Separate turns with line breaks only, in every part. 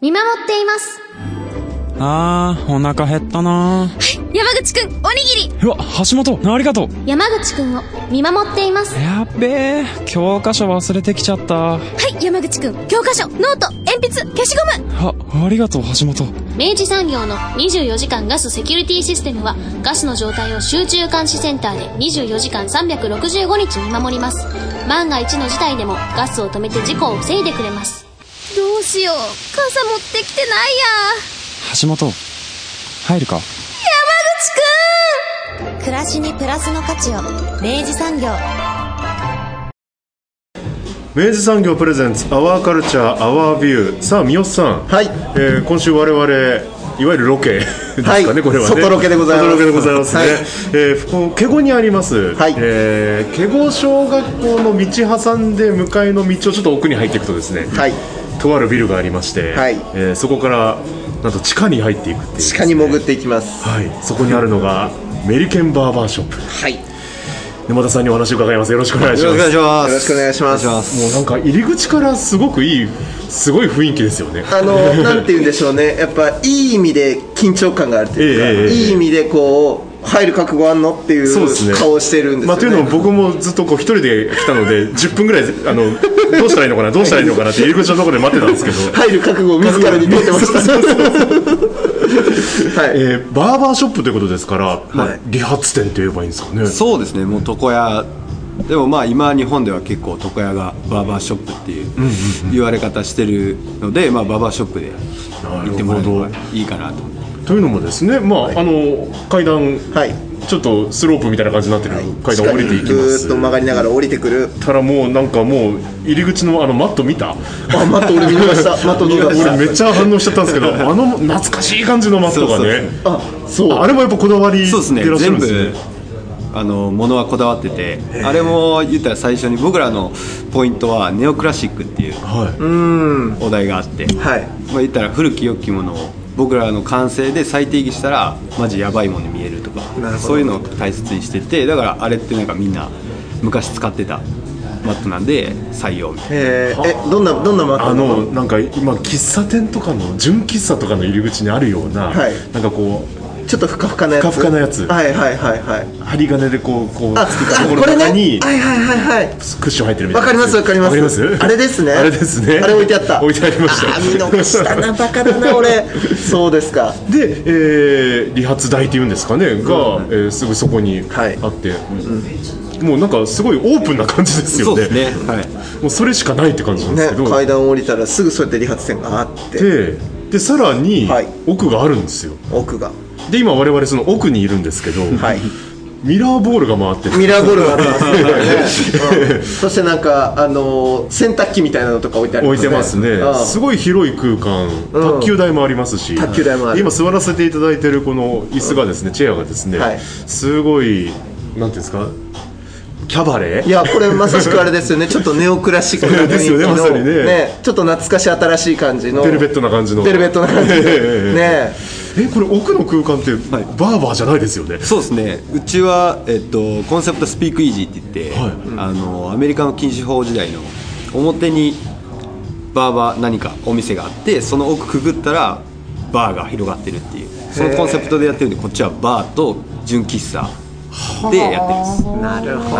見守っています。
あー、お腹減ったな
山口くん、おにぎり
うわ、橋本、ありがとう
山口くんを見守っています。は
やっべえ、教科書忘れてきちゃった。あ、
い、山口くん、教科書、ノート、鉛筆、消しゴム
ありがとう、橋本。
明治産業の24時間ガスセキュリティシステムはガスの状態を集中監視センターで24時間365日見守ります万が一の事態でもガスを止めて事故を防いでくれますどうしよう傘持ってきてない
橋本、入るか
暮らしにプラスの価値を明治産業
明治産業プレゼンツアワーカルチャーアワービューさあ三好さん
はい
えー今週我々いわゆるロケ ですかね、
はい
これはね
外ロケでございます
外ロケでございますね、
はい
えー福岡毛後にあります、
はい
えー、毛後小学校の道挟んで向かいの道をちょっと奥に入っていくとですね、
はい
とあるビルがありまして、
はい
えーそこからなんと地下に入っていくっていう
地下に潜っていきます
はい、そこにあるのがメリケンバーバーショップ
はいよ
沼田さんにお話を伺いますよろしくお願いします
ろしくお願いします
もうなんか入り口からすごくいいすごい雰囲気ですよね
あのなんて言うんでしょうねやっぱいい意味で緊張感があるというか、
ええええええ
いい意味でこう入る覚悟あんのってい
そうですね
う顔をしてるんです
ま
よ
あ、
ね、
というのも僕もずっとこう一人で来たので10分ぐらいあのどうしたらいいのかなどうしたらいいのかなっ て入り口のところで待ってたんですけど、
入る覚悟を自らに出てま した
そうそうそう
はい、
えーバーバーショップということですから、ま
は
あ
い、
理髪店といえばいいんですかね
そうですねもう床屋でもまあ今日本では結構床屋がバーバーショップっていう言われ方してるので、まあ、バーバーショップで行ってもらえればいいかなと
というのもですね、まああの階段、
はい
ちょっとスロープみたいな感じになってる、階段降りていき
ぐ
ま
ー
す
っと曲がりながら降りてくる
たらもうなんかもう入り口のあのマット見た
あマット俺見逃した マット見逃した
俺めっちゃ反応しちゃったんですけどあの懐かしい感じのマットがね
あ
そうあれもやっぱこだわりでい
そうですね
らっしゃるん
全
ですね
部あの物はこだわっててあれも言ったら最初に僕らのポイントはネオクラシックっていう
は
お題があって、
はい
まあ、言ったら古き良きものを僕らの感性で再定義したらマジやばいものに見えるとか
なるほど
そういうのを大切にしててだからあれってなんかみんな昔使ってたマットなんで採用みたいな
えー、えどんなどんなマッ
い
ト
あのなんか今喫茶店とかの純喫茶とかの入り口にあるような、
はい
なんかこう
ちょっとふかふかなやつ
ふかふかなやつ
はいはいはいはい
針金でこうこう
あ
つけた
あ
ところ
これ
の
ねは
中
い
に
はいはいはい
クッション入ってるみた
わ
いな
かりますわかります
わかります
あれですね
あれですね
あれ置いてあった
置いてありました
あ見逃したなバカだな 俺そうですか
で、えー理髪台っていうんですかねが、えーすぐそこにあって、
はい
もうなんかすごいオープンな感じです
そ
よ
う
ね
ですねはい
もうそれしかないって感じなんです
ね
けど、
階段を降りたらすぐそうやって理髪店があって
ででさらに
はい
奥があるんですよ
奥が
で今我々その奥にいるんですけど、
はい
ミラーボールが回ってる
ミラーボールがありますね うんそしてなんかあのー洗濯機みたいなのとか置いてありま
置い
す
てますね、
うん
すごい広い空間、
う
卓
ん
球台もありますし
卓球台もある
今座らせていただいてるこの椅子がですね、チェアがですね、
はい
すごいなんていうんですかキャバレー
いやこれまさしくあれですよねちょっとネオクラシックな雰囲気 の
ですよねまさにね
ちょっと懐かし新しい感じの
ベルベットな感じの
ベルベットな感じの
え え
ね
えこれ奥の空間ってバ
い
ーバーじゃないですよね、
そうですねうちは、えっと、コンセプトスピークイージーって言って、
はい
あのアメリカの禁止法時代の表にバーバー何かお店があってその奥くぐったらバーが広がってるっていうそのコンセプトでやってるんでこっちはバーと純喫茶でやってます
なるほど、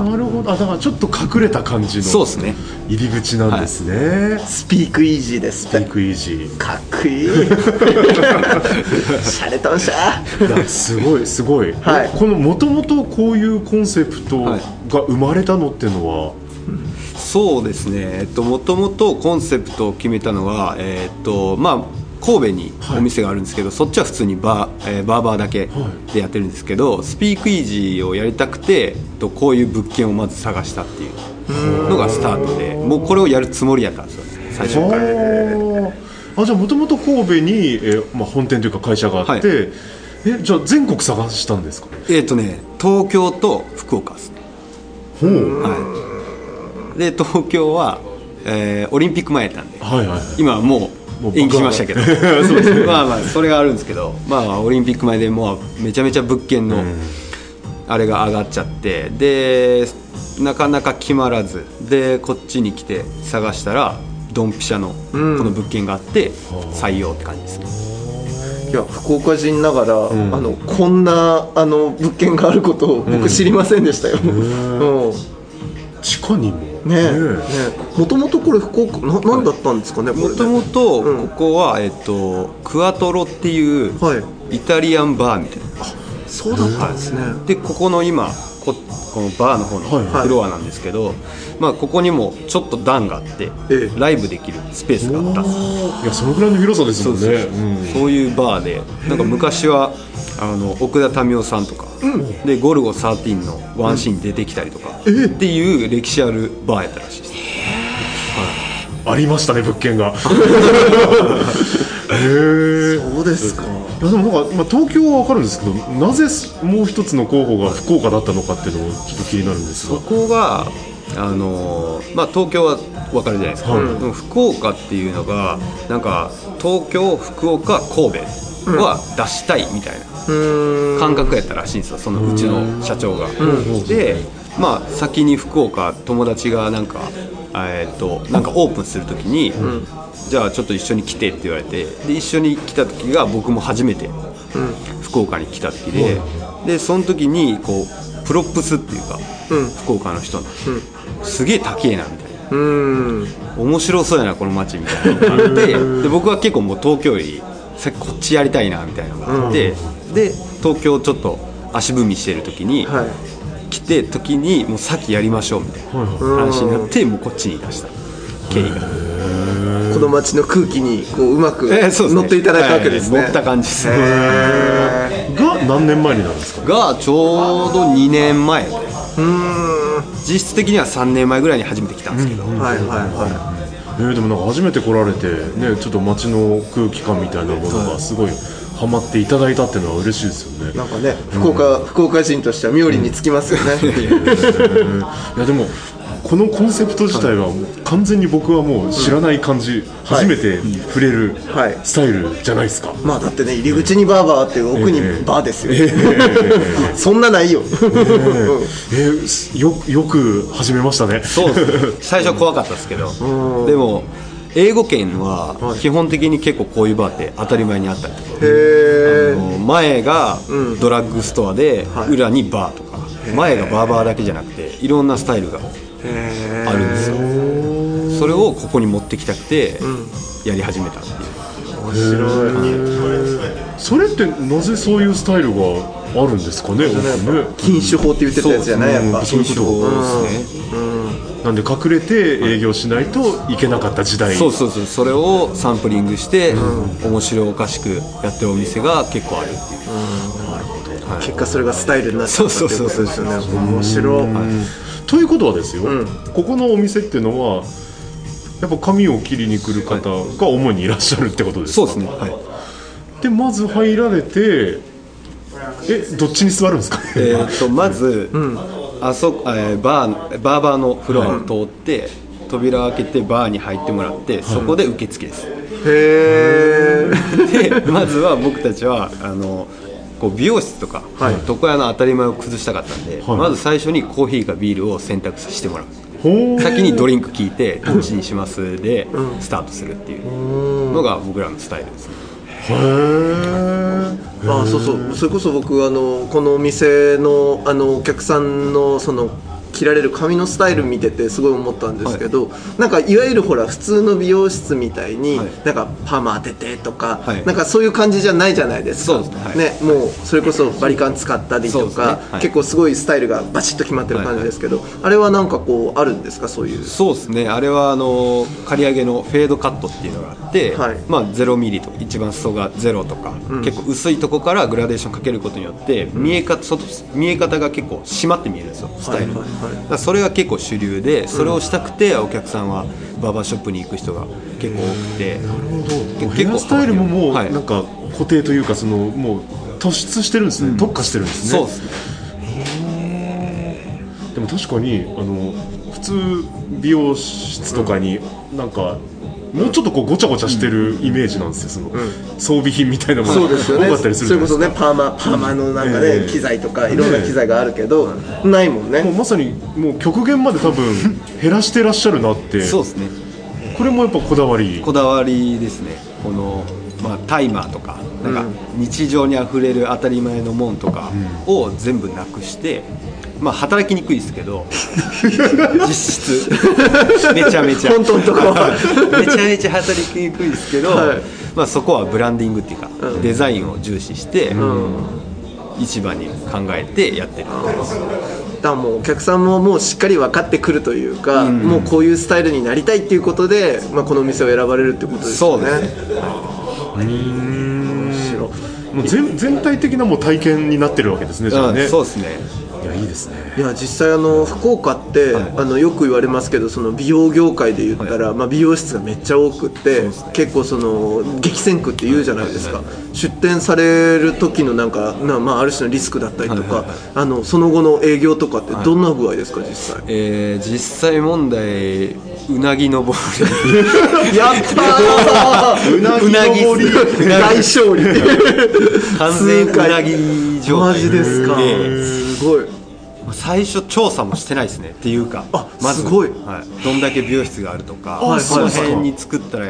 あなるほどあだからちょっと隠れた感じの
そうですね
入り口なんですね、
スピークイージーです
ピークイージー
かっこいい シャレとんしゃ
いやすごいす ごい、
はい
このもともとこういうコンセプトが生まれたのっていうのは、
そうですね、えっともともとコンセプトを決めたのは、えーっとまあ、神戸にお店があるんですけど、そっちは普通にバー,、えーバーバーだけでやってるんですけど、スピークイージーをやりたくて、えっと、こういう物件をまず探したっていうのがスタートでもうこれをやるつもりやったんですよね最初から。
あじゃあもともと神戸に、えーまあ、本店というか会社があって、
は
えじゃあ全国探したんですか
えっ、とね東京と福岡ですね
ほう
はいで東京は、えーオリンピック前やったんで
はいはい
今はも
もう
う延期しましたけ どまあまあそれがあるんですけど、まあまあ、オリンピック前でもうめちゃめちゃ物件のあれが上がっちゃってでなかなか決まらずでこっちに来て探したらドンピシャのこ
うん
の物件があって採用って感じですね
いや福岡人ながら、
ん
あのこんなあの物件があることを僕知りませんでしたよ、うん
地下にも
ねえ
え
ねえもともとこれ福岡な何だったんですかねこれね
もともと
うん
ここは、えっと、クアトロっていう
はい
イタリアンバーみたいな
そうだったんですね、
でここの今ここのバーの方
はい
は
の
い
フロアなんですけど、まあ、ここにもちょっと段があって、
ええ
ライブできるスペースがあった
いやそのぐらいの広さですもんね
そう
うん
そういうバーでなんか昔はあの奥田民生さんとか、で「ゴルゴ13」のワンシーンに出てきたりとか、っていう歴史あるバーやったらしいです
ありましたね物件 がへえ
そうですか
いやでもなんか、まあ、東京は分かるんですけどなぜもう一つの候補が福岡だったのかっていうのをちょっと気になるんですが
ここがあのーまあ、東京は分かるじゃないですか、
はい
でも福岡っていうのがなんか東京福岡神戸は出したいみたいな
うーん
感覚やったらしいんですよそのうちの社長が。でまあ先に福岡友達がなんか。えーっとなんかオープンするときに、じゃあちょっと一緒に来てって言われてで一緒に来た時が僕も初めて福岡に来た時で、でその時にこうプロップスっていうか、
うん
福岡の人の、すげえ高えなみたいな
うーん
面白そうやなこの街みたいなのがあってで僕は結構もう東京よりさこっちやりたいなみたいなのがあって、で東京ちょっと足踏みしてる時に、
はい
来て時にもうさっきやりましょうみたいな話になってもうこっちに出した経緯が、
この街の空気にこううまく
えーそうですね
乗っていただいたわけですね、
はい乗った感じですね
が何年前になるんですか
がちょうど2年前実質的には3年前ぐらいに初めて来たんですけど、
はいはいは
えーでもなんか初めて来られて、ね、ちょっと街の空気感みたいなものがすごいハマっていただいたっていうのは嬉しいですよ ね
いなんかね福岡、福岡人としては妙利につきますよ ね、
いやでもこのコンセプト自体はもう完全に僕はもう知らない感じ、初めて触れる
はい
スタイルじゃないですか、
まあだってね入り口にバーバーあって奥にバーですよ、 そんなないよ、
えーすよよく始めましたね
そうですね最初怖かったですけどでも英語圏は基本的に結構こういうバーって当たり前にあったりとか、
へえ
あの前がドラッグストアで
はい
裏にバーとか、前がバーバーだけじゃなくていろんなスタイルがあるんですよそれをここに持ってきたくてやり始めたっていう
それってなぜそういうスタイルがあるんですかねね
禁酒法って言ってたやつじゃないやっぱ、
うんそういうこと
ですね
なんで隠れて営業しないといけなかった時代
そうそうそうそれをサンプリングして、面白おかしくやってるお店が結構あるっていう、
結果それがスタイルになっちゃったっていうことですよね
そうそうそうそう
面白い
ということはですよ、
うん
ここのお店っていうのはやっぱ髪を切りに来る方が主にいらっしゃるってことですか、
そうですねはい
でまず入られてえどっちに座るんですか、
えー、とまず、あそこえーバーバーバーのフロアを通って、扉を開けてバーに入ってもらって、そこで受付です
へえ
でまずは僕たちはあのこう美容室とか
はい
床屋の当たり前を崩したかったんで、
はい
まず最初にコーヒーかビールを選択してもらう
ほう
先にドリンク聞いてどっちにしますでスタートするっていうのが僕らのスタイルですね
へー
あそうそうそれこそ僕あのこのお店のあのお客さんのその切られる髪のスタイル見ててすごい思ったんですけど、なんかいわゆるほら普通の美容室みたいに、
はい
なんかパーマ当ててとか、
はい
なんかそういう感じじゃないじゃないですか
そうですねは
ね
い
もうそれこそバリカン使ったり
そう
と
ですね
か、
はい
結構すごいスタイルがバチッと決まってる感じですけど、あれはなんかこうあるんですかそういう
そうですねあれはあの刈り上げのフェードカットっていうのがあって、
はい
まあ、0ミリと一番裾が0とか、結構薄いとこからグラデーションかけることによって見え方外見え方が結構締まって見えるんですよスタイル、
はいはいはい
だからそれが結構主流でそれをしたくてお客さんはバーバーショップに行く人が結構多くて、
もう
結
ヘ
構
アスタイルももう
はい
なんか固定というかそのもう突出してるんですね、特化してるんですね
そうですね
でも確かにあの普通美容室とかになんか、もうちょっとこうごちゃごちゃしてるイメージなんですよその、装備品みたいなもの
そう
が
ですよ
多
ね。
かったりす
それ
る
こ
じゃない
そね
ですか
パーマパーマのなんかね、
ええ
機材とかいろんな機材があるけど、ないもんね。
もうまさにもう極限まで多分減らしてらっしゃるなって
そうですね
これもやっぱこだわり
こだわりですねこの、まあ、タイマーとかなんか日常にあふれる当たり前のもんとかを全部なくして、まあ、働きにくいですけ ど実質めちゃめちゃ
本当のとこ
めちゃめちゃ働きにくいですけど、
はい
まあ、そこはブランディングっていうか、
うん
デザインを重視して、
うん
一番に考えてやって
だ
る
からもうお客さんももうしっかり分かってくるというか、もうこういうスタイルになりたいっていうことで、まあ、この店を選ばれるってことですよね
そうで
もう全全体的なもう体験になってるわけですねじゃあね
うんそうですね
いやいいですね
いや実際あの福岡って、
はい
あのよく言われますけどその美容業界で言ったら、まあ、美容室がめっちゃ多くって、結構その激戦区って言うじゃないですか、出店される時のなんかな、まあ、ある種のリスクだったりとか、
はいはいはい
あのその後の営業とかってどんな具合ですか実際、
えー実際問題うなぎ登 り
やったー
うな ぎ登りうな
大
ぎ
勝利
完全うなぎ状態
マジですか
です
ごい
最初調査もしてないですねっていうか
あ
ず
すごい
はい、どんだけ美容室があるとか
はい
そ
は
の
い
辺に作ったら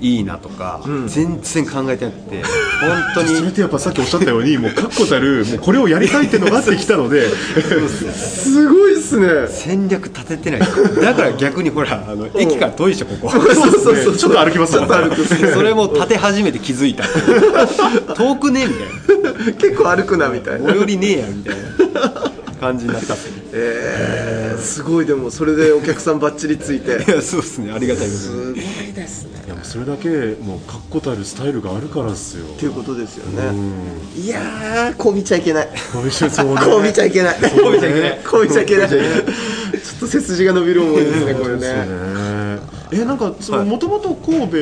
いいなとか、全然考えてなく て本当
それ
に
ってやっぱさっきおっしゃったようにもう確固たるもうこれをやりたいってのがあってきたので
すごいっすね
戦略立ててないだから逆にほらあの駅から遠いでしょここ
そう
ねちょっと歩きます
ちょ
も
っ
ん
と
ね
歩くっすね
それも立て始めて気づ いた遠くねえみたいな
結構歩くなみたいな
最寄りねえやみたいな感じにな ったっすね
えー、すごいでもそれでお客さんばっちりついて
いやそうですねありがたいことに
すごいですね
いやもうそれだけもう確固たるスタイルがあるからですよ
っていうことですよねいやーこびちゃいけない
こびちゃそうね
こびちゃいけないこびちゃいけないこびちゃいけないちょっと背筋が伸びる思いですねこれね
ねえなんかそのもともと神戸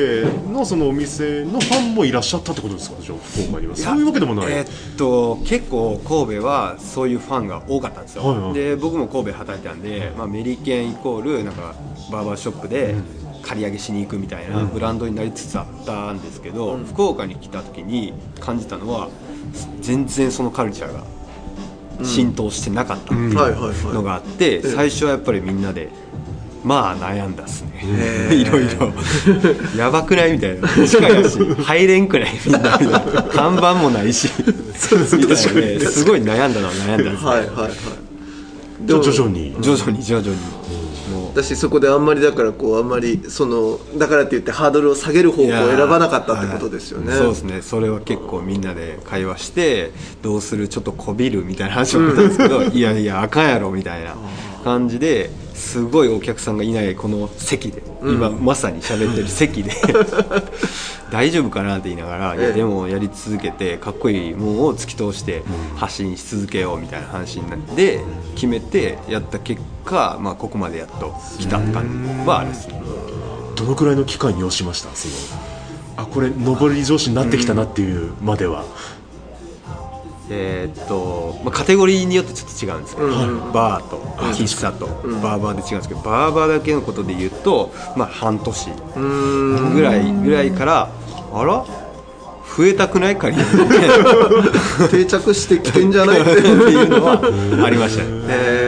のそのお店のファンもいらっしゃったってことですかじゃあ福岡にはそういうわけでもない、
えーっと結構神戸はそういうファンが多かったんですよ、
はいはい
で僕も神戸働いてたんで、まあ、メリケンイコールなんかバーバーショップで借り上げしに行くみたいなブランドになりつつあったんですけど、福岡に来た時に感じたのは全然そのカルチャーが浸透してなかったっていう
はいはい
の
は
があって、最初はやっぱりみんなでまあ悩んだっすね、 いろいろやばくないみたいな地下やし入れんくないみんなみたいな看板もないしみたいな
確かに
ねすごい悩んだのは悩んだんです
い
ね、
はいはいはい
じゃあ徐々
に
に
徐々に徐々にもう
私そこであんまりだからこうあんまりそのだからって言ってハードルを下げる方向を選ばなかったってことですよね
はいそうですねそれは結構みんなで会話してどうするちょっとこびるみたいな話をしてたんですけど、いやいやあかんやろみたいな感じですごいお客さんがいないこの席で、今まさに喋ってる 席で大丈夫かなって言いながら、い
ええ
やでもやり続けてかっこいいもんを突き通して発信し続けようみたいな話になって決めてやった結果、まあ、ここまでやっと来た感じはあるですね。
どのくらいの期間要しましたそのあこれ上り上司になってきたなっていうまでは、
えーっと、まあ、カテゴリーによってちょっと違うんですけど、バーと喫茶とバーバーで違うんですけど、バーバーだけのことで言うと、まあ、半年ぐらいぐらいからあら増えたくない借り入れって
定着してきてんじゃないって
いうのはありましたね。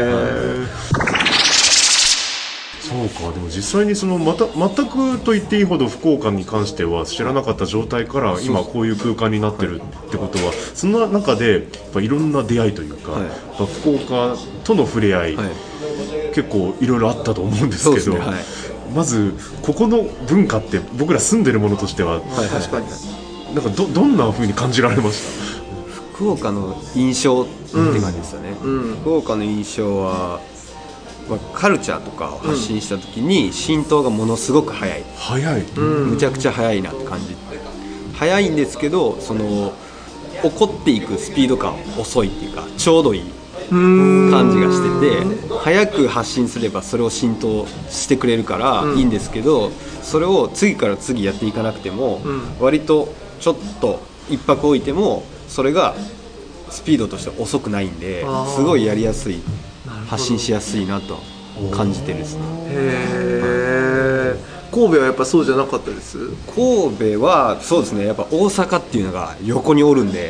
そうかでも実際にそのまた全くと言っていいほど福岡に関しては知らなかった状態から今こういう空間になってるってことはその中でやっぱいろんな出会いというか、
はい
やっぱ福岡との触れ合い、
はい
結構いろいろあったと思うんです
そう
け
です
ど
ねはい
まずここの文化って僕ら住んでるものとしては、
確かに
なんかどどんな風に感じられました
福岡の印象って感じですよね、
うん
福岡の印象は、まあ、カルチャーとかを発信した時に浸透がものすごく早い、
早い、
うん
むちゃくちゃ速いなって感じって速いんですけどその怒っていくスピード感遅いっていうかちょうどいい感じがしてて早く発信すればそれを浸透してくれるからいいんですけど、それを次から次やっていかなくても、
ん
割とちょっと一泊置いてもそれがスピードとして遅くないんで
あー
すごいやりやすい発信しやすいなと感じてるんですね。
へえ神戸はやっぱそうじゃなかった です
神戸はそうですねやっぱ大阪っていうのが横におる んで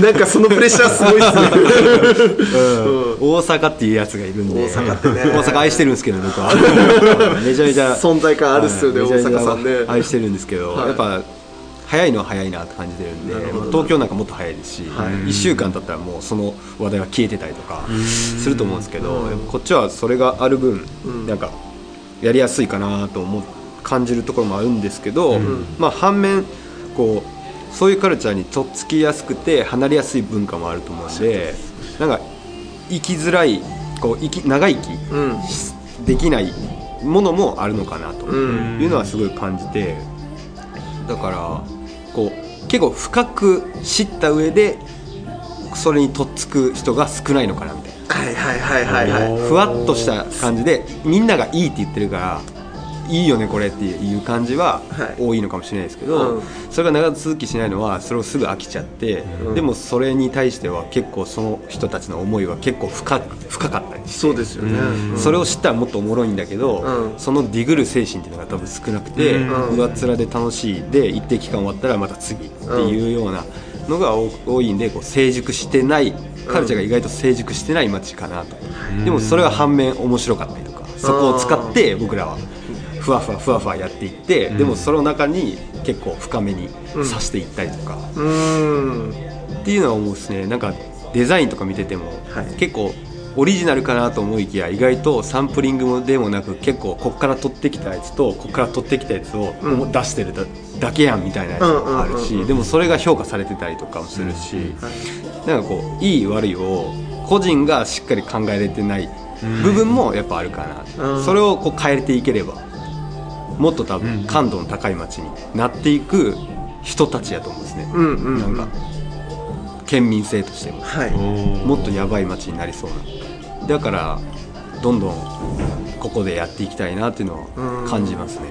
なんかそのプレッシャーすごいっすね
大阪っていうやつがいるんで
大阪ってね
大阪愛してるんですけど 僕はめちゃめちゃ
存在感あるっすよね
はいめちゃめちゃ
大阪さんね
愛してるんですけど、
はい
やっぱ早いのは早いなって感じてるんでまあ東京なんかもっと早いですし、1週間経ったらもうその話題は消えてたりとかすると思うんですけどやっぱこっちはそれがある分、なんかやりやすいかなと思う感じるところもあるんですけど、まあ、反面こうそういうカルチャーにとっつきやすくて離れやすい文化もあると思うんでなんか生きづらいこう生き長生き
うん
できないものもあるのかなと
ん
いうのはすごい感じてだからこう結構深く知った上でそれにとっつく人が少ないのかなみたいな。
はいはいはいはいはい
ふわっとした感じでみんながいいって言ってるからいいよねこれっていう感じは
はい
多いのかもしれないですけど、
うん
それが長続きしないのはそれをすぐ飽きちゃって、でもそれに対しては結構その人たちの思いは結構深く深かったりして
そうですよね、
それを知ったらもっとおもろいんだけど、
うん
そのディグる精神っていうのが多分少なくて、
ん
上っ面で楽しいで一定期間終わったらまた次っていうようなのが多多いんでこう成熟してないカルチャーが意外と成熟してない街かなと、でもそれは反面面白かったりとかそこを使って僕らはふわふわふわふわやっていって、でもその中に結構深めにさしていったりとか、
うん
っていうのは思うですねなんかデザインとか見てても、
はい
結構オリジナルかなと思いきや意外とサンプリングもでもなく結構こっから取ってきたやつとこっから取ってきたやつを
うん
出してるだ,、けやんみたいなやつもある
うんうん
し、
うんうん
でもそれが評価されてたりとかもするし、なんかこういい悪いを個人がしっかり考えれてない部分もやっぱあるかな、
うん
それをこう変えていければもっと多分感度の高い街になっていく人たちやと思うんですね。
うんうんうん
なんか県民性としても
はい
もっとやばい街になりそうなだからどんどんここでやっていきたいなっていうのを感じますね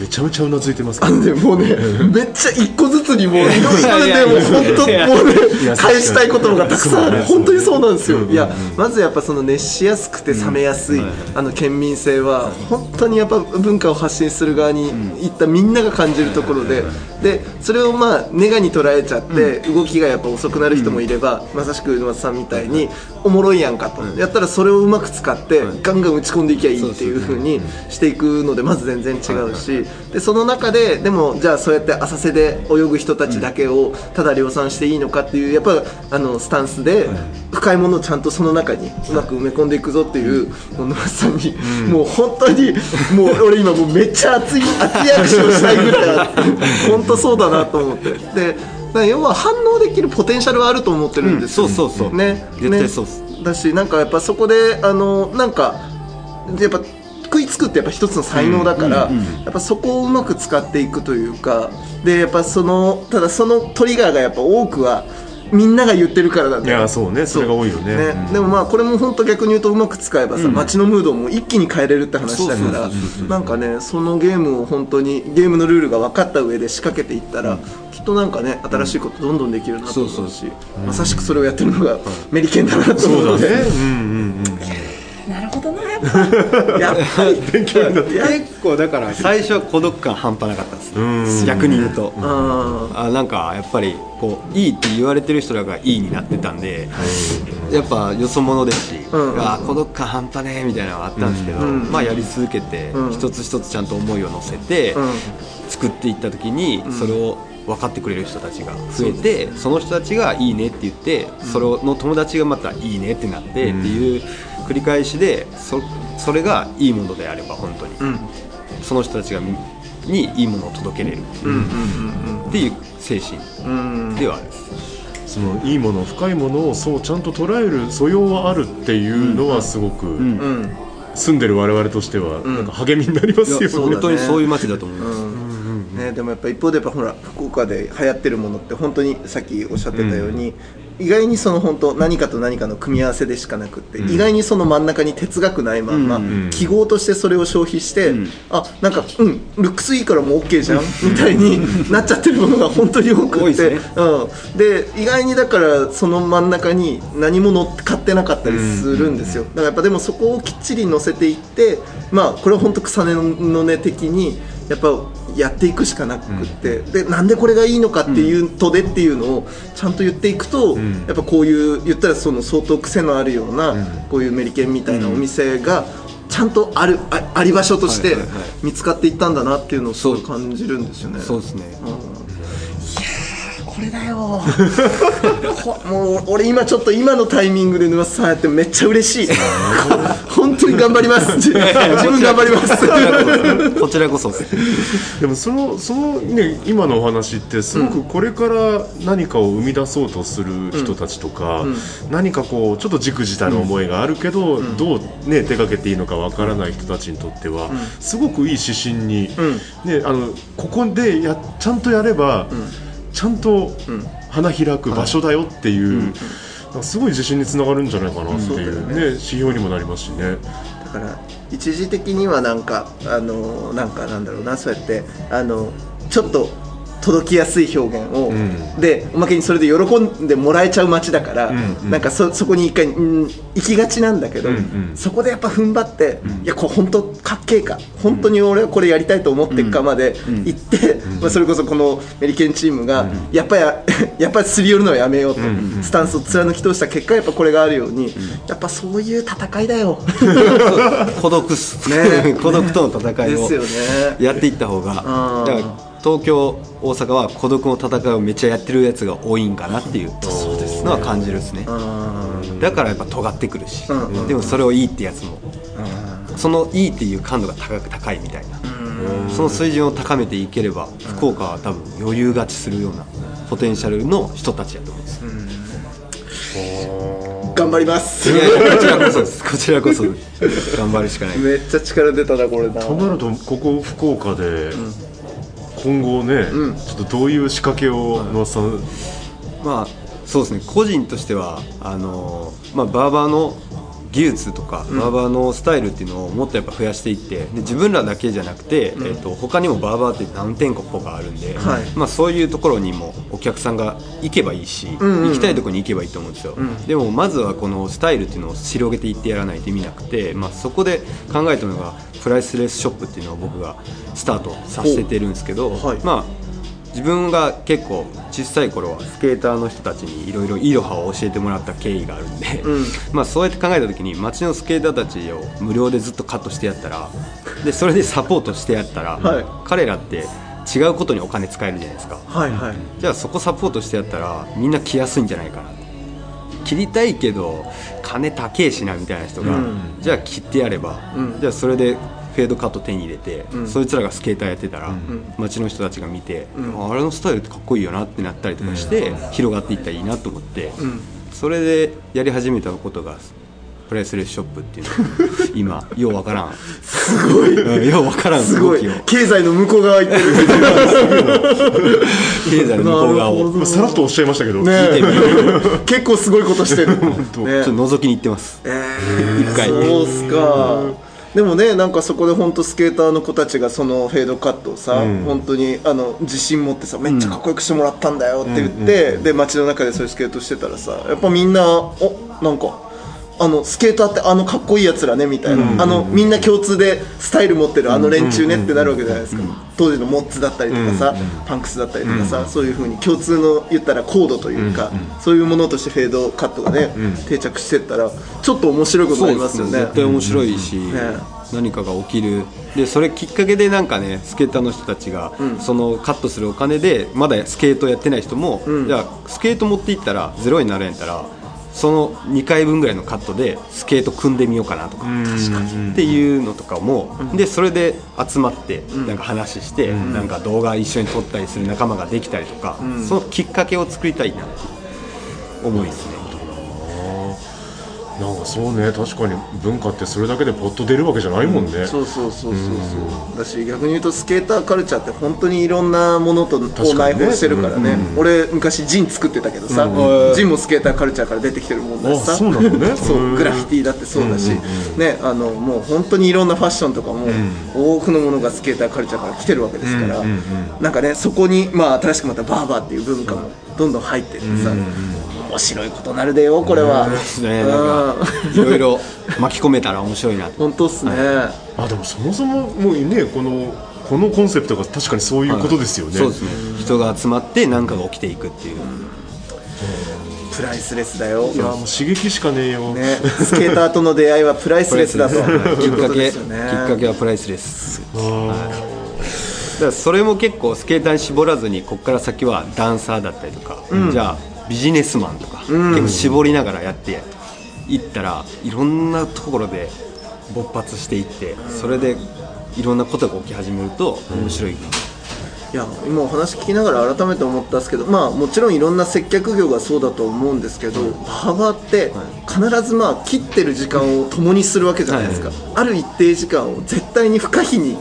めちゃめちゃうなずいてますけ
あ
ど
のねもう ね、めっちゃ一個ずつにもう、いろいろね、もう本
いや
当、
いや
もうね
いや、
返したい言葉がたくさんある、本当にそうなんですよ。いや
うん、
まずやっぱその熱しやすくて冷めやすい、あの県民性は、本当にやっぱ文化を発信する側に行ったみんなが感じるところで、で、それをまあ、ネガに捉えちゃって、動きがやっぱ遅くなる人もいれば、まさしく宇松さんみたいに、おもろいやんかと。やったらそれをうまく使って、ガンガン打ち込んでいきゃいいっていう風にしていくので、まず全然違うし、で、その中で、でも、じゃあそうやって浅瀬で泳ぐ人たちだけをただ量産していいのかっていうやっぱあのスタンスで深いものをちゃんとその中にうまく埋め込んでいくぞっていうもう野田さんにもう本当にもう俺今もうめっちゃ熱い熱いアクションしたいぐらい本当そうだなと思ってでだから要は反応できるポテンシャルはあると思ってるんですよ
うんそうそうそう
ね
絶対そうっす
ねだしなんかやっぱそこであのなんかやっぱ食いつくってやっぱ一つの才能だから、やっぱそこをうまく使っていくというかでやっぱそのただそのトリガーがやっぱ多くはみんなが言ってるからなん
い
だよ
やそうねそれが多いよね
ね
うん
でもまあこれも本当逆に言うとうまく使えばさ、街のムードも一気に変えれるって話だからなんかねそのゲームを本当にゲームのルールが分かった上で仕掛けていったら、きっとなんかね新しいことどんどんできるなと思うし、まさしくそれをやってるのがメリケンだなと思う
そ
の
うだ
で、
ねうんうんうん
なるほどなやっぱ
やっぱ り
勉強になっ
結構だから最初は孤独感半端なかったです
うん
ね逆に言うと
うん
あなんかやっぱりこういいって言われてる人らがいいになってたんでやっぱよそ者ですし、
うん
あ孤独感半端ねーみたいなのがあったんですけど、まあやり続けて、一つ一つちゃんと思いを乗せて、
ん
作っていった時にそれを分かってくれる人たちが増えてそ,、の人たちがいいねって言って、それの友達がまたいいねってなってっていう繰り返しでそそれがいいものであれば本当に、
ん
その人たちがみにいいものを届けれるっていう精神ではあるんです。
そのいいもの深いものをそうちゃんと捉える素養はあるっていうのはすごく、住んでる我々としてはなんか励みになりますよね、
そうだね
本当にそういう街だと思います、
ね、でもやっぱ一方でやっぱほら福岡で流行ってるものって本当にさっきおっしゃってたように、意外にその本当何かと何かの組み合わせでしかなくって、意外にその真ん中に哲学ないまんま、記号としてそれを消費して、あなんかうんルックスいいからもう OK じゃんみたいになっちゃってるものが本当に多くって
多いですね
うん、で意外にだからその真ん中に何も乗っかってなかったりするんですよ、だからやっぱでもそこをきっちり乗せていってまあこれは本当草根の根的にやっぱやっていくしかなくって、でなんでこれがいいのかっていうとでっていうのをちゃんと言っていくと、
ん
やっぱこういう言ったらその相当癖のあるような、こういうメリケンみたいなお店がちゃんとあるああり場所として
はいはいはい
見つかっていったんだなっていうのをすごい
そう
感じるんですよね。
そうですね
これだよこもう俺今ちょっと今のタイミングで沼津さんやってめっちゃ嬉しい 本当に頑張ります 自分頑張ります
こちらこそです
でもそのその、ね、今のお話ってすごくこれから何かを生み出そうとする人たちとか、何かこうちょっとじくじたる思いがあるけど、どう、ね、手がけていいのかわからない人たちにとっては、すごくいい指針に、ね、あのここでやちゃんとやれば、ちゃんと花開く場所だよっていう。なんかすごい自信につながるんじゃないかなってい
そう
う,、
だ
ね指標にもなりますしね。
だから一時的にはなんかあのなんかなんだろうなそうやってあのちょっと届きやすい表現を、
ん
でおまけにそれで喜んでもらえちゃう街だから、
んうん
なんかそそこに一回、うん、行きがちなんだけど、
うんうん
そこでやっぱ踏ん張って、いやこれ本当かっけえか本当に俺はこれやりたいと思ってっかまで行って、まあ、それこそこのメリケンチームが、やっぱや やっぱりすり寄るのはやめようと、スタンスを貫き通した結果やっぱこれがあるように、やっぱそういう戦いだよ。
孤独っす、
ね
孤独との戦いを
ですよね
やっていった方が、だ
うん
から東京大阪は孤独の戦いをめっちゃやってるやつが多いんかなっていうのは感じるですねだからやっぱ尖ってくるし、
うん
でもそれをいいってやつも、そのいいっていう感度が高く高いみたいな、その水準を高めていければ福岡は多分余裕勝ちするようなポテンシャルの人たちだと思うんですよ、
頑張ります
いやいやこちらこそですこちらこそです頑張るしかない
めっちゃ力出たなこれな
となるとここ福岡で、今後ね、ちょっとどういう仕掛けを野田さん、
まあそうですね個人としてはあのまあ、バーバーの技術とか、バーバーのスタイルっていうのをもっとやっぱ増やしていってで自分らだけじゃなくて、えっと他にもバーバーって何店舗かあるんで、
はい
まあ、そういうところにもお客さんが行けばいいし、
んうん
行きたいところに行けばいいと思うんですよ、でもまずはこのスタイルっていうのを広げていってやらないと意味なくて、まあ、そこで考えたのがプライスレスショップっていうのを僕がスタートさせてるんですけど、
はい
まあ自分が結構小さい頃はスケーターの人たちにいろいろイロハを教えてもらった経緯があるんで、
ん
まあそうやって考えた時に街のスケーターたちを無料でずっとカットしてやったらでそれでサポートしてやったら、
はい
彼らって違うことにお金使えるじゃないですか
はいはい
じゃあそこサポートしてやったらみんな来やすいんじゃないかな切りたいけど金高えしなみたいな人が、
うん
じゃあ切ってやれば、
うん
じゃあそれでフェードカット手に入れて、
ん
そいつらがスケーターやってたら、
ん
街の人たちが見て、
ん
ああれのスタイルってかっこいいよなってなったりとかして、広がっていったらいいなと思って、
ん
それでやり始めたことがプライスレスショップっ ていうのを今ようわからん
すごい
うんようわからん
すごい
動きを
経済の向こう側行 ってる
経済の向こう側を
なるほ
まあさらっとおっしゃいましたけど、
ねえ結構すごいことしてる
当
ちょっと覗きに行ってます
えー
一回
そうっすかでもねなんかそこで本当スケーターの子たちがそのフェードカットをさ、本当にあの自信持ってさめっちゃかっこよくしてもらったんだよって言って、で街の中でそういうスケートしてたらさやっぱみんなおなんかあのスケーターってあのかっこいいやつらねみたいな、あのみんな共通でスタイル持ってるあの連中ねってなるわけじゃないですか、当時のモッツだったりとかさ、パンクスだったりとかさ、そういうふうに共通の言ったらコードというか、そういうものとしてフェードカットがね、定着してったらちょっと面白いことになりますよね。
絶対面白いし、
ね
何かが起きるでそれきっかけでなんかねスケーターの人たちが、そのカットするお金でまだスケートやってない人も、じゃあスケート持っていったらゼロになるんやったらその2回分ぐらいのカットでスケート組んでみようかなとかっていうのとかも、でそれで集まってなんか話して、なんか動画一緒に撮ったりする仲間ができたりとか、そのきっかけを作りたいなって思いですね。
なんかそうね確かに文化ってそれだけでポッと出るわけじゃないもんね、
そうそうそうそうそうだし逆に言うとスケーターカルチャーって本当にいろんなものとを内包してるからね俺昔ジン作ってたけどさ、ジンもスケーターカルチャーから出てきてるもんだし
あ
さ
そうなのね
そう
へえ
グラフィティだってそうだし、ねあのもう本当にいろんなファッションとかも多くのものがスケーターカルチャーから来てるわけですから、なんかねそこにまあ新しくまたバーバーっていう文化もどんどん入ってってさ、面白いことなるでよこれは、
ですねなんか いろいろ巻き込めたら面白いなと
本当っすね、
あでもそもそももうねこのこのコンセプトが確かにそういうことですよね、
そうですね人が集まって何かが起きていくっていう
プライスレスだよ
いやもう刺激しかねえよ、
ね、スケーターとの出会いはプライスレスだと
はいき
い
っ
う
か
とで
け、
す
き
よ
っ
ね
かけはプライスレス
あー
だからそれも結構スケーターに絞らずにここから先はダンサーだったりとか、じゃあビジネスマンとか、結構絞りながらやっていったらいろんなところで勃発していってそれでいろんなことが起き始めると面白い、
いや今お話聞きながら改めて思ったんですけどまあもちろんいろんな接客業がそうだと思うんですけどバーバーって必ずまあ切ってる時間を共にするわけじゃないですか、
は
ある一定時間を絶対に不可避に
い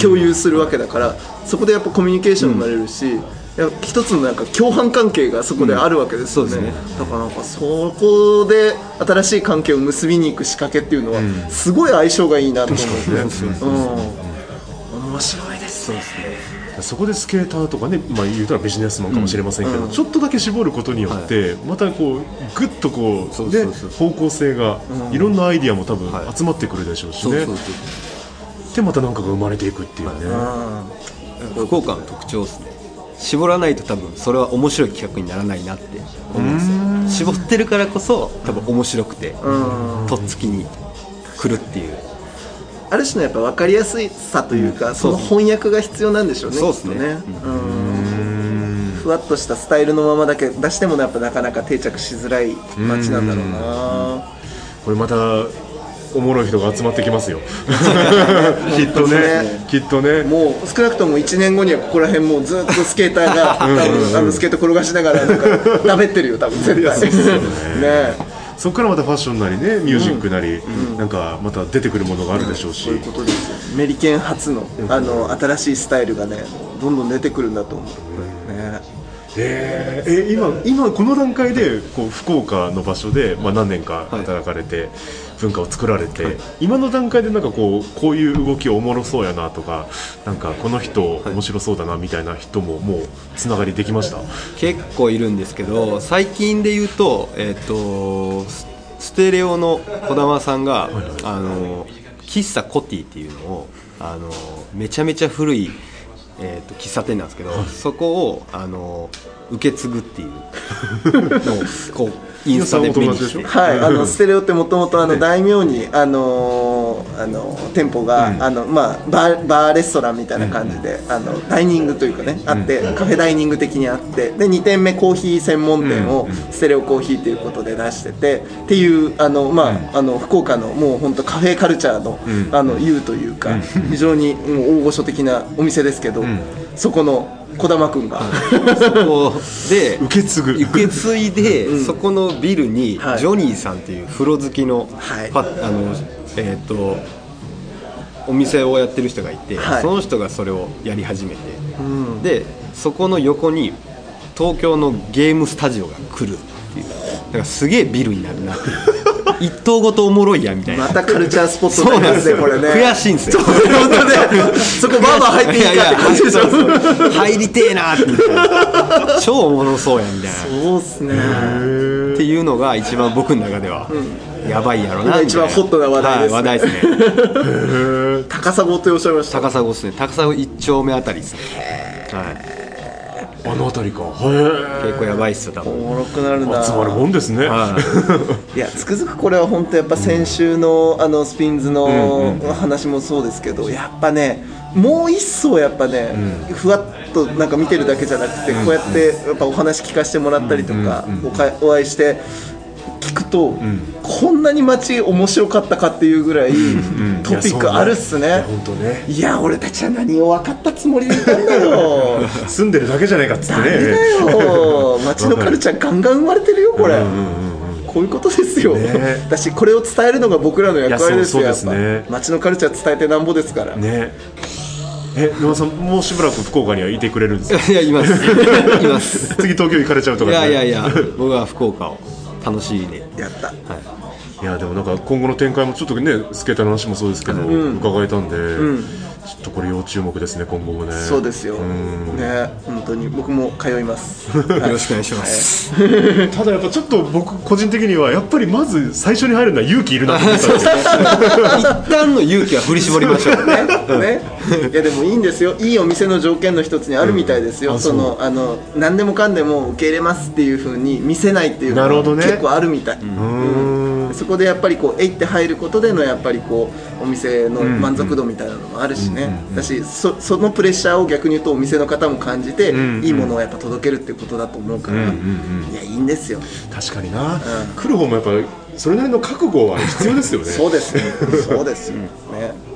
共有するわけだから、そこでやっぱコミュニケーション生まれるし、いや一つのなんか共犯関係がそこであるわけですよね,、
うんそうですね
だからなんかそこで新しい関係を結びに行く仕掛けっていうのはすごい相性がいいなと思って、うん、面白いですね
そこでスケーターとかね、まあ、言うたらビジネスマンかもしれませんけど、ちょっとだけ絞ることによって、またこうグッとこう
そう
ね
そうそう
方向性が、いろんなアイディアも多分
はい
集まってくるでしょうし
そう
ね、
そうそう
でまた何かが生まれていくっていうね、
福岡の特徴ですね絞らないと多分それは面白い企画にならないなって思うんですよ絞ってるからこそ多分面白くてとっつきに来るっていう
ある種のやっぱ分かりやすさというか、その翻訳が必要なんでしょうね
そうですね
きっとうんふわっとしたスタイルのままだけ出してもやっぱなかなか定着しづらい街なんだろうな
これまたおもろい人が集まってきますよきっと
本当
ね
ですね
きっとね
もう少なくとも1年後にはここら辺もうずっとスケーター が多分あのスケート転がしながらなんかだべってるよ多分絶 対ね
そこからまたファッションなりねミュージックなり、なんかまた出てくるものがあるでしょうし、
そういうことですよメリケン初のあの新しいスタイルがねどんどん出てくるんだと思うね
えーえ今今この段階でこう福岡の場所で、まあ、何年か働かれて、文化を作られて、今の段階でなんかこうこういう動きおもろそうやなとかなんかこの人面白そうだなみたいな人ももうつながりできました、
結構いるんですけど最近で言うと,、えっとスステレオの児玉さんが、あの喫茶コティっていうのをあのめちゃめちゃ古い、えっと喫茶店なんですけど、そこをあの受け継ぐっていうのを こうインスタで目にして
皆
はい、あのステレオってもともとあの大名に、あのーあの店舗が、あのまあ、バーバーレストランみたいな感じで、あのダイニングというかね、あってカフェダイニング的にあってで2店目コーヒー専門店をステレオコーヒーということで出しててっていうあの、まああの福岡のもう本当カフェカルチャーの,、あの U というか、非常にもう大御所的なお店ですけど、そこの児玉君が。
そこで
受け継ぐ
受け継いで、そこのビルにジ
はい
ョニーさんっていう風呂好きの,、
はい
パあのえっ、とお店をやってる人がいて、
はい
その人がそれをやり始めて、でそこの横に東京のゲームスタジオが来るっていうだからすげえビルになるなって いう一棟ごとおもろいやみたいな
またカルチャースポット
そうなん
な
で
ん
す
で
よ
これね
悔しいんですよ
そういうことでそこバーバー入っていいかって感じでしょ
いやいやそうそう入りてえなってみたいな超おもろそうやみたいな
そうっすね
っていうのが一番僕の中では、やばいやろな
今一番
みたい
ホットな話題ですね
はい話題ですね
高砂とおっしゃいました
高砂ですね高砂一丁目あたりですねはい
あの辺りかへ
結構やばいっすよ多
お
分
もろくなるな
え集まるもんですね、
いやつくづくこれは本当やっぱ先週のあのスピンズの話もそうですけどやっぱねもう一層やっぱねふわっとなんか見てるだけじゃなくてこうやってやっぱお話聞かせてもらったりとかおかお会いして聞くとこんなに街面白かったかっていうぐらいトピックあるっす
いや
ね
本当ね
いや俺たちは何を分かったつもりでいたんだよ
住んでるだけじゃないかっつって
ダメ
ね
だよ 街のカルチャーガンガン生まれてるよこれ、こういうことですよ、
ね
だしこれを伝えるのが僕らの役割ですよ
い
や
や
っ
そう
ぱ
そうですね
街のカルチャー伝えてなんぼですから、
ねえ沼さんもうしばらく福岡にはいてくれるんですか
いやいますいます
次東京行かれちゃうと
い
かじゃ
や
ない
やいや僕は福岡を楽しいで
やった
いやでもなんか今後の展開もちょっとねスケーターの話もそうですけど、伺えたんで、ちょっとこれ要注目ですね今後もね
そうですよ
ん
ね本当に僕も通います
よろしくお願いします。
ただやっぱちょっと僕個人的にはやっぱりまず最初に入るのは勇気いるなと思ったんですよ
一旦の勇気は振り絞りましょう。
ねね、いやでもいいんですよいいお店の条件の一つにあるみたいですよ、
うんあ
そのあの何でもかんでも受け入れますっていうふうに見せないっていうの
なるほど
が
ね
結構あるみた
う
い、
ーん
そこでやっぱりこうえいって入ることでのやっぱりこうお店の満足度みたいなのもあるしね、だしそそのプレッシャーを逆に言うとお店の方も感じて、
うん
いいものをやっぱ届けるっていうことだと思うから、
うんうん
いやいいんですよ
確かにな、来る方もやっぱそれなりの覚悟は必要ですよね
そうですよそうですよ、ね、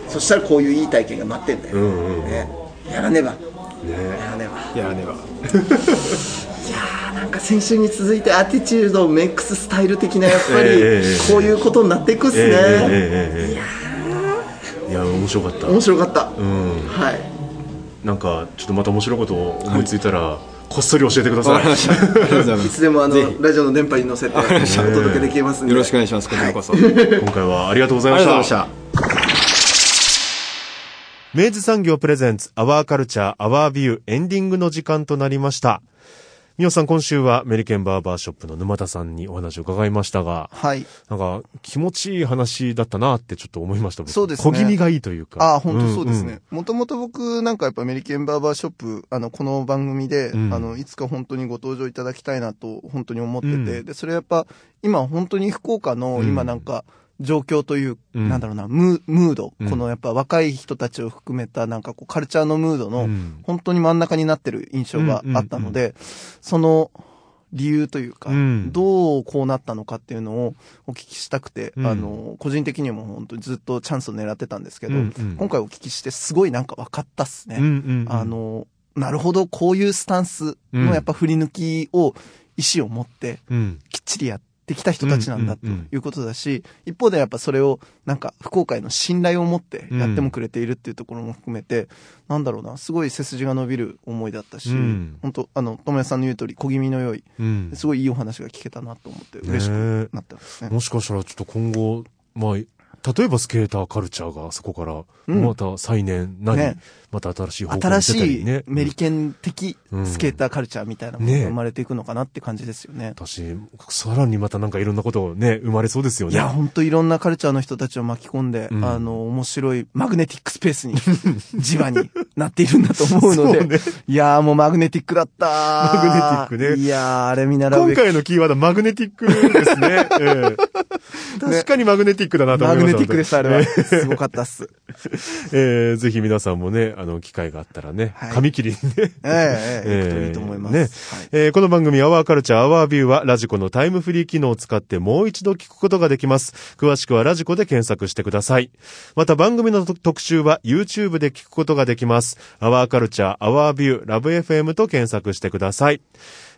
そしたらこういういい体験が待ってんだよ、
うんうんうん
ね、やらねば
ね
やらねば
やらねば。
なんか先週に続いてアティチュードメックススタイル的なやっぱり
ええええええ
こういうことになっていくっすね、
ええええええいやー面白かった
面白かった、
うん
はい
なんかちょっとまた面白いことを思いついたら、こっそり教えてください
わかりました。ありがとうございま
い
す。
つでもあ
ぜひ
のラジオの電波に乗 せてお届けできますんで
よろしくお願いします。こちらこそ。ありがとう
今回はありがとうござい
ご
まし
ざい
た
ました。
明治産業プレゼンツアワーカルチャーアワービューエンディングの時間となりましたみおさん今週はメリケンバーバーショップの沼田さんにお話を伺いましたが
はい。
なんか気持ちいい話だったなってちょっと思いました僕
そうですね
小気味がいいというか
ああ、本当そうです
ん
ね。もともと僕なんかやっぱアメリケンバーバーショップ、あの、この番組で、
ん
あの、いつか本当にご登場いただきたいなと、本当に思ってて、
うん
で、それやっぱ、今本当に福岡の、
ん
今なんか、状況という、
ん
なんだろうな、ムームード、
うん
このやっぱ若い人たちを含めた、なんかこう、カルチャーのムードの、
うん
本当に真ん中になってる印象があったので、その理由というか、
うん
どうこうなったのかっていうのをお聞きしたくて、
うん
あの、個人的にも本当にずっとチャンスを狙ってたんですけど、
うんうん
今回お聞きしてすごいなんか分かったっすね。
うんうんうん
あの、なるほど、こういうスタンス
うん
のやっぱ振り抜きを、意思を持って、
うん
きっちりやってきた人たちなんだ
うん
と
うんうん
いうことだし、一方でやっぱそれをなんか福岡への信頼を持ってやってもくれているっていうところも含めて、なんだろうな、すごい背筋が伸びる思いだったし、
うん
本当あの、友也さんの言う通り小気味の良い、
うん
すごいいいお話が聞けたなと思って嬉しくなってますね。
もしかしたらちょっと今後まあ例えばスケーターカルチャーがそこから
うん
また再燃なり、
ね
また新しい方向に
新
出た
し
り
い
ね
メリケン的スケーターカルチャーみたいなものが
ね
生まれていくのかなって感じですよね。
私さらにまたなんかいろんなことをね生まれそうですよね
いや、本当いろんなカルチャーの人たちを巻き込んで、
うん
あの、面白いマグネティックスペースに、磁場になっているんだと思うので、
そうね
いやーもうマグネティックだったー
マグネティックね
いやーあれ見習う
今
べき。
回のキーワード、マグネティックですね。 ええ確かにマグネティックだなと思
マ
いま
グ
し
ネ
た。
ティックです、あれは。すごかったっす。
ええぜひ皆さんもね、あの、機会があったらね、
はい
紙切りに ね。
ええええ行くといいと思います。
ええ
はい
ねえーこの番組、アワーカルチャー、アワービューは、ラジコのタイムフリー機能を使ってもう一度聞くことができます。詳しくはラジコで検索してください。また番組の特特集は YouTube で聞くことができます。アワーカルチャー、アワービュー、ラブ FM と検索してください。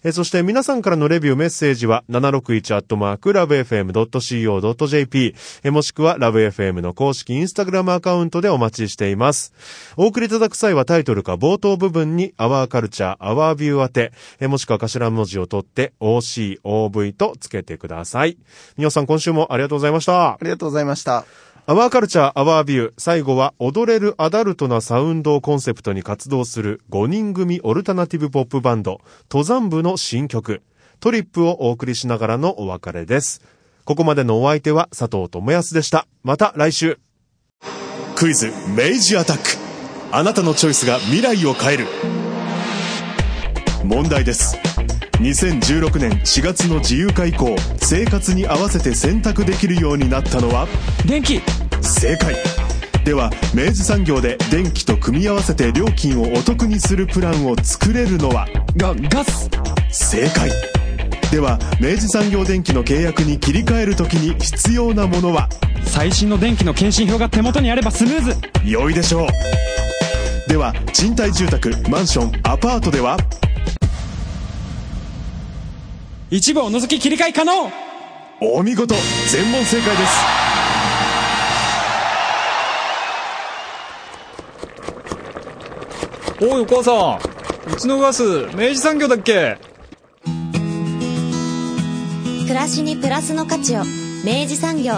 えーそして皆さんからのレビューメッセージは 761-lovefm.co.jp えーもしくは LoveFM の公式インスタグラムアカウントでお待ちしています。お送りいただく際はタイトルか冒頭部分に Our Culture, Our View 宛てえーもしくは頭文字を取って OCOV とつけてください。皆さん今週もありがとうございました
あ。りがとうございました。
アワーカルチャー、アワービュー。最後は踊れるアダルトなサウンドをコンセプトに活動する5人組オルタナティブポップバンド、登山部の新曲、トリップをお送りしながらのお別れです。ここまでのお相手は佐藤智康でした。また来週。クイズ、明治アタック。あなたのチョイスが未来を変える。問題です2016年4月の自由化以降生活に合わせて選択できるようになったのは
電気
正解では明治産業で電気と組み合わせて料金をお得にするプランを作れるのは
が、ガス
正解では明治産業電気の契約に切り替えるときに必要なものは
最新の電気の検診票が手元にあればスムーズ
良いでしょうでは賃貸住宅マンションアパートでは
一部を除き切り替え可能
お見事全問正解です
おいお母さんうちのガス明治産業だっけ
暮らしにプラスの価値を明治産業